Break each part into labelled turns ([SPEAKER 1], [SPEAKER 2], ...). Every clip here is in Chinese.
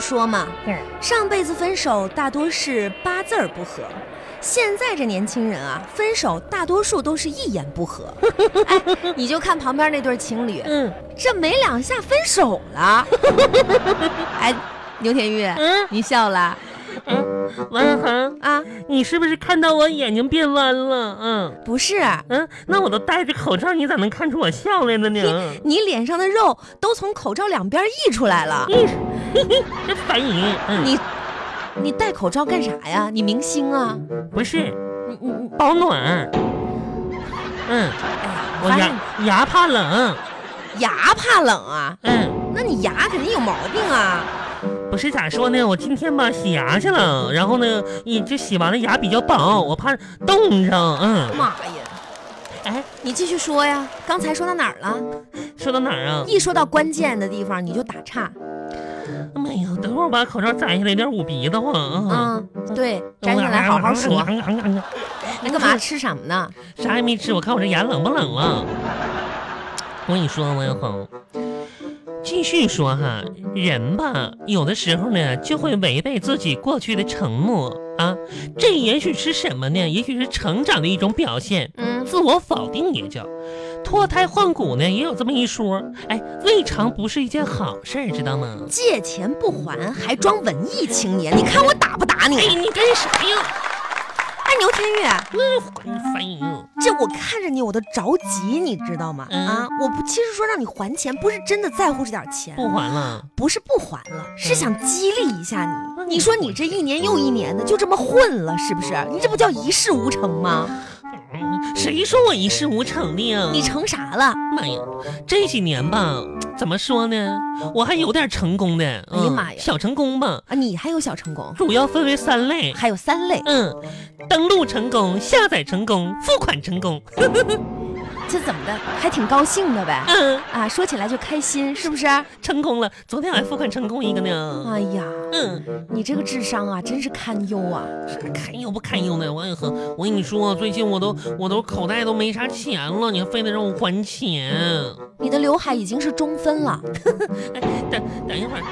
[SPEAKER 1] 说嘛，
[SPEAKER 2] 嗯，
[SPEAKER 1] 上辈子分手大多是八字儿不合，现在这年轻人啊，分手大多数都是一言不合。哎，你就看旁边那对情侣，
[SPEAKER 2] 嗯
[SPEAKER 1] 这没两下分手了。哎，牛田玉，
[SPEAKER 2] 嗯
[SPEAKER 1] 你笑了
[SPEAKER 2] 嗯，王恒，
[SPEAKER 1] 啊？
[SPEAKER 2] 你是不是看到我眼睛变弯了？嗯
[SPEAKER 1] 不是，
[SPEAKER 2] 嗯，那我都戴着口罩，你咋能看出我笑来了呢？
[SPEAKER 1] 你脸上的肉都从口罩两边溢出来了。
[SPEAKER 2] 嗯，嘿嘿，真烦人。嗯，
[SPEAKER 1] 你，你戴口罩干啥呀？你明星啊？
[SPEAKER 2] 不是
[SPEAKER 1] 你你你，
[SPEAKER 2] 保暖。嗯，
[SPEAKER 1] 哎，
[SPEAKER 2] 我
[SPEAKER 1] 发现
[SPEAKER 2] 牙牙怕冷。
[SPEAKER 1] 牙怕冷啊？
[SPEAKER 2] 嗯，
[SPEAKER 1] 那你牙肯定有毛病啊！
[SPEAKER 2] 不是咋说呢？我今天吧洗牙去了，然后呢，你这洗完了牙比较薄，我怕冻着。嗯，
[SPEAKER 1] 妈呀，
[SPEAKER 2] 哎，
[SPEAKER 1] 你继续说呀，刚才说到哪儿了？
[SPEAKER 2] 说到哪儿啊？
[SPEAKER 1] 一说到关键的地方你就打岔。
[SPEAKER 2] 哎呀，等会儿我把口罩摘下来，有点捂鼻子慌。嗯，
[SPEAKER 1] 嗯，对，摘下来好好说。那干嘛吃什么呢？
[SPEAKER 2] 啥也没吃，我看我这牙冷不冷了。我跟你说，王小红，继续说哈，人吧，有的时候呢就会违背自己过去的承诺啊，这也许是什么呢？也许是成长的一种表现，
[SPEAKER 1] 嗯，
[SPEAKER 2] 自我否定也叫。脱胎换骨呢，也有这么一说，哎，未尝不是一件好事儿，知道吗？
[SPEAKER 1] 借钱不还还装文艺青年，你看我打不打你？
[SPEAKER 2] 哎，
[SPEAKER 1] 哎，
[SPEAKER 2] 你干啥呀？
[SPEAKER 1] 牛天宇，
[SPEAKER 2] 那烦人！
[SPEAKER 1] 这我看着你我都着急，你知道吗？
[SPEAKER 2] 嗯
[SPEAKER 1] 啊，我不其实说让你还钱，不是真的在乎这点钱，
[SPEAKER 2] 不嗯还了，
[SPEAKER 1] 不是不还了，是想激励一下你。
[SPEAKER 2] 嗯
[SPEAKER 1] 你说你这一年又一年的就这么混了，是不是？你这不叫一事无成吗？
[SPEAKER 2] 嗯谁说我一事无成的呀？
[SPEAKER 1] 你成啥了？
[SPEAKER 2] 妈呀，这几年吧，怎么说呢，我还有点成功的。
[SPEAKER 1] 哎呀
[SPEAKER 2] 嗯
[SPEAKER 1] 妈呀
[SPEAKER 2] 小成功吧，
[SPEAKER 1] 啊，你还有小成功，
[SPEAKER 2] 主要分为三类。
[SPEAKER 1] 还有三类，
[SPEAKER 2] 嗯，登录成功、下载成功、付款成功。
[SPEAKER 1] 这怎么的还挺高兴的呗？
[SPEAKER 2] 嗯，
[SPEAKER 1] 啊，说起来就开心，是不是？哎
[SPEAKER 2] 成功了。昨天还付款成功一个呢。
[SPEAKER 1] 呀，
[SPEAKER 2] 嗯，
[SPEAKER 1] 你这个智商啊，真是堪忧啊！
[SPEAKER 2] 啥堪忧不堪忧的？王永恒，我跟你说，最近我都我都口袋都没啥钱了，你还非得让我还钱？
[SPEAKER 1] 你的刘海已经是中分了，
[SPEAKER 2] 等等一会儿，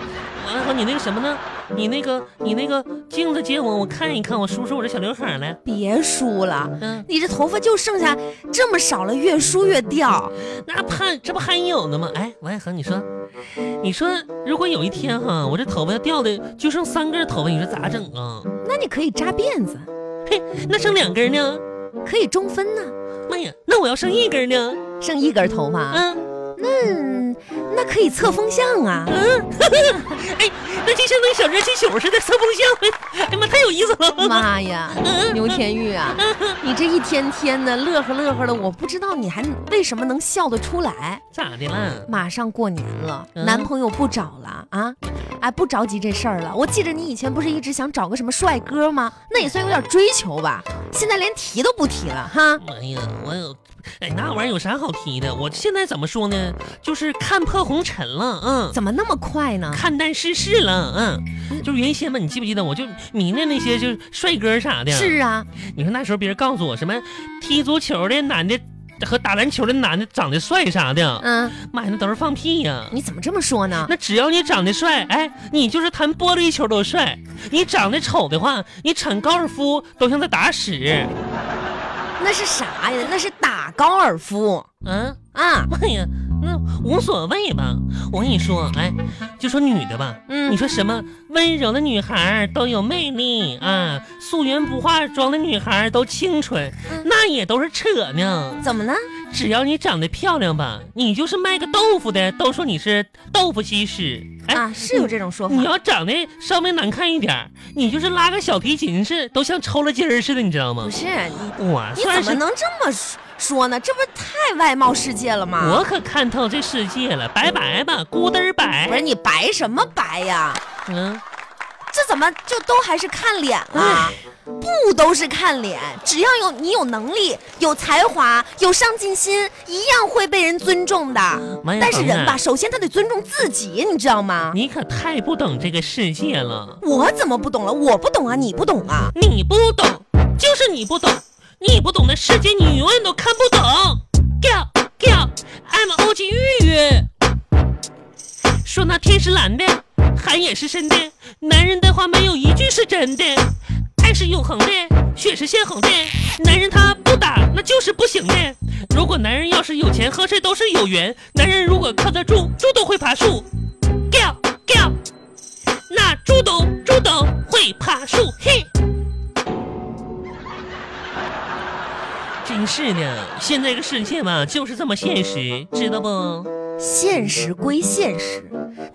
[SPEAKER 2] 王永恒，你那个什么呢？你那个你那个镜子借我，我看一看，我梳梳我这小刘海儿来。
[SPEAKER 1] 别梳了，
[SPEAKER 2] 嗯。
[SPEAKER 1] 你这头发就剩下这么少了，越梳越掉。
[SPEAKER 2] 那怕这不还有呢吗？哎，王一恒，你说，你说如果有一天哈，我这头发要掉的就剩三根头发，你说咋整啊？
[SPEAKER 1] 那你可以扎辫子，
[SPEAKER 2] 嘿，那剩两根呢？
[SPEAKER 1] 可以中分呢，
[SPEAKER 2] 妈呀，那我要剩一根呢？
[SPEAKER 1] 剩一根头发。
[SPEAKER 2] 嗯，
[SPEAKER 1] 嗯，那可以测风向啊。
[SPEAKER 2] 哎，那就像那个小热气球似的测风向。哎呀妈，太有意思了！
[SPEAKER 1] 妈呀，牛天玉啊，你这一天天的乐呵乐呵的，我不知道你还为什么能笑得出来。
[SPEAKER 2] 咋的啦？
[SPEAKER 1] 马上过年了，
[SPEAKER 2] 嗯
[SPEAKER 1] 男朋友不找了啊？哎，不着急这事儿了。我记着你以前不是一直想找个什么帅哥吗？那也算有点追求吧。现在连提都不提了哈。
[SPEAKER 2] 妈呀，我有，哎，那玩意儿有啥好提的？我现在怎么说呢？就是看破红尘了，嗯。
[SPEAKER 1] 怎么那么快呢？
[SPEAKER 2] 看淡世事了，嗯，就是原先吧，你记不记得，我就迷恋那些就是帅哥啥的，
[SPEAKER 1] 是啊，
[SPEAKER 2] 你说那时候别人告诉我什么踢足球的男的和打篮球的男的长得帅啥的，
[SPEAKER 1] 嗯，
[SPEAKER 2] 妈呀，那都是放屁呀、
[SPEAKER 1] 你怎么这么说呢？
[SPEAKER 2] 那只要你长得帅，哎，你就是弹玻璃球都帅；你长得丑的话，你铲高尔夫都像在打屎。
[SPEAKER 1] 那是啥呀？那是打高尔夫
[SPEAKER 2] 嗯，
[SPEAKER 1] 啊。
[SPEAKER 2] 妈呀，那无所谓吧。我跟你说，哎，就说女的吧，
[SPEAKER 1] 嗯
[SPEAKER 2] 你说什么温柔的女孩儿都有魅力啊，素颜不化妆的女孩儿都清纯，
[SPEAKER 1] 嗯
[SPEAKER 2] 那也都是扯呢。
[SPEAKER 1] 怎么了？
[SPEAKER 2] 只要你长得漂亮吧，你就是卖个豆腐的，都说你是豆腐西施。哎，
[SPEAKER 1] 啊，是有这种说法
[SPEAKER 2] 你。要长得稍微难看一点儿，你就是拉个小提琴似的，都像抽了筋儿似的，你知道吗
[SPEAKER 1] 不？是你，
[SPEAKER 2] 我
[SPEAKER 1] 你
[SPEAKER 2] 算
[SPEAKER 1] 怎么
[SPEAKER 2] 是
[SPEAKER 1] 能这么说说呢？这不是太外貌世界了吗？
[SPEAKER 2] 我可看透这世界了，拜拜吧，咕
[SPEAKER 1] 不
[SPEAKER 2] 嘚儿
[SPEAKER 1] 是
[SPEAKER 2] 拜。
[SPEAKER 1] 你白什么白呀？
[SPEAKER 2] 嗯，
[SPEAKER 1] 这怎么就都还是看脸了？不都是看脸？只要有你有能力、有才华、有上进心，一样会被人尊重的。
[SPEAKER 2] 王一
[SPEAKER 1] 但是
[SPEAKER 2] 恒
[SPEAKER 1] 人吧，
[SPEAKER 2] 啊
[SPEAKER 1] 首先他得尊重自己，你知道吗？
[SPEAKER 2] 你可太不懂这个世界了，
[SPEAKER 1] 我怎么不懂了？我不懂啊，你不懂啊？
[SPEAKER 2] 你不懂，就是你不懂，你不懂的世界，你永远都看不懂。Go go，I'm 欧吉玉玉。说那天使蓝的，海也是深的，男人的话没有一句是真的。爱是永恒的，血是现衡的，男人他不打那就是不行的。如果男人要是有钱，和谁都是有缘。男人如果靠得住，猪都会爬树。掉掉，那猪都猪都会爬树，嘿。真是的，现在这个世界吧，就是这么现实，知道不？
[SPEAKER 1] 现实归现实，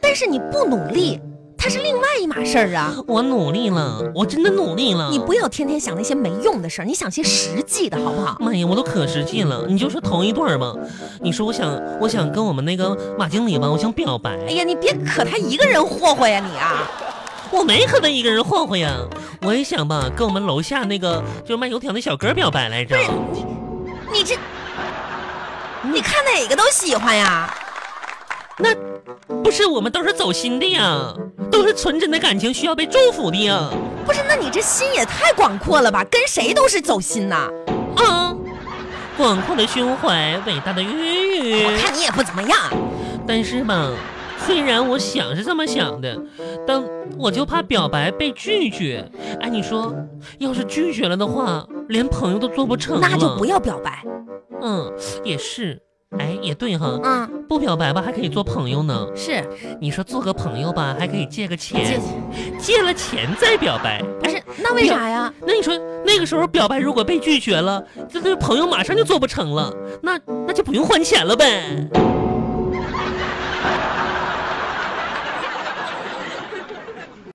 [SPEAKER 1] 但是你不努力，它是另外一码事儿啊。
[SPEAKER 2] 我努力了，我真的努力了。
[SPEAKER 1] 你不要天天想那些没用的事儿，你想些实际的好不好？
[SPEAKER 2] 妈呀，我都可实际了。你就说头一段儿吧，你说我想，我想跟我们那个马经理吧，我想表白。
[SPEAKER 1] 哎呀，你别可他一个人霍霍呀你啊！
[SPEAKER 2] 我没和他一个人混混呀，我也想吧，跟我们楼下那个就是卖油条那小哥表白来着。
[SPEAKER 1] 你这，你看哪个都喜欢呀？
[SPEAKER 2] 那不是我们都是走心的呀，都是纯真的感情需要被祝福的呀。
[SPEAKER 1] 不是，那你这心也太广阔了吧？跟谁都是走心呐！
[SPEAKER 2] 啊，广阔的胸怀，伟大的孕育。
[SPEAKER 1] 我看你也不怎么样。
[SPEAKER 2] 但是吧，虽然我想是这么想的，但我就怕表白被拒绝。哎，你说，要是拒绝了的话，连朋友都做不成
[SPEAKER 1] 那就不
[SPEAKER 2] 要。
[SPEAKER 1] 要表白。
[SPEAKER 2] 嗯，也是。哎，也对哈，
[SPEAKER 1] 嗯，
[SPEAKER 2] 不表白吧，还可以做朋友呢。
[SPEAKER 1] 是。
[SPEAKER 2] 你说做个朋友吧，还可以借个钱
[SPEAKER 1] 借，
[SPEAKER 2] 借了钱再表白。
[SPEAKER 1] 不是，那为啥呀？
[SPEAKER 2] 那你说那个时候表白如果被拒绝了，这对朋友马上就做不成了，那那就不用还钱了呗。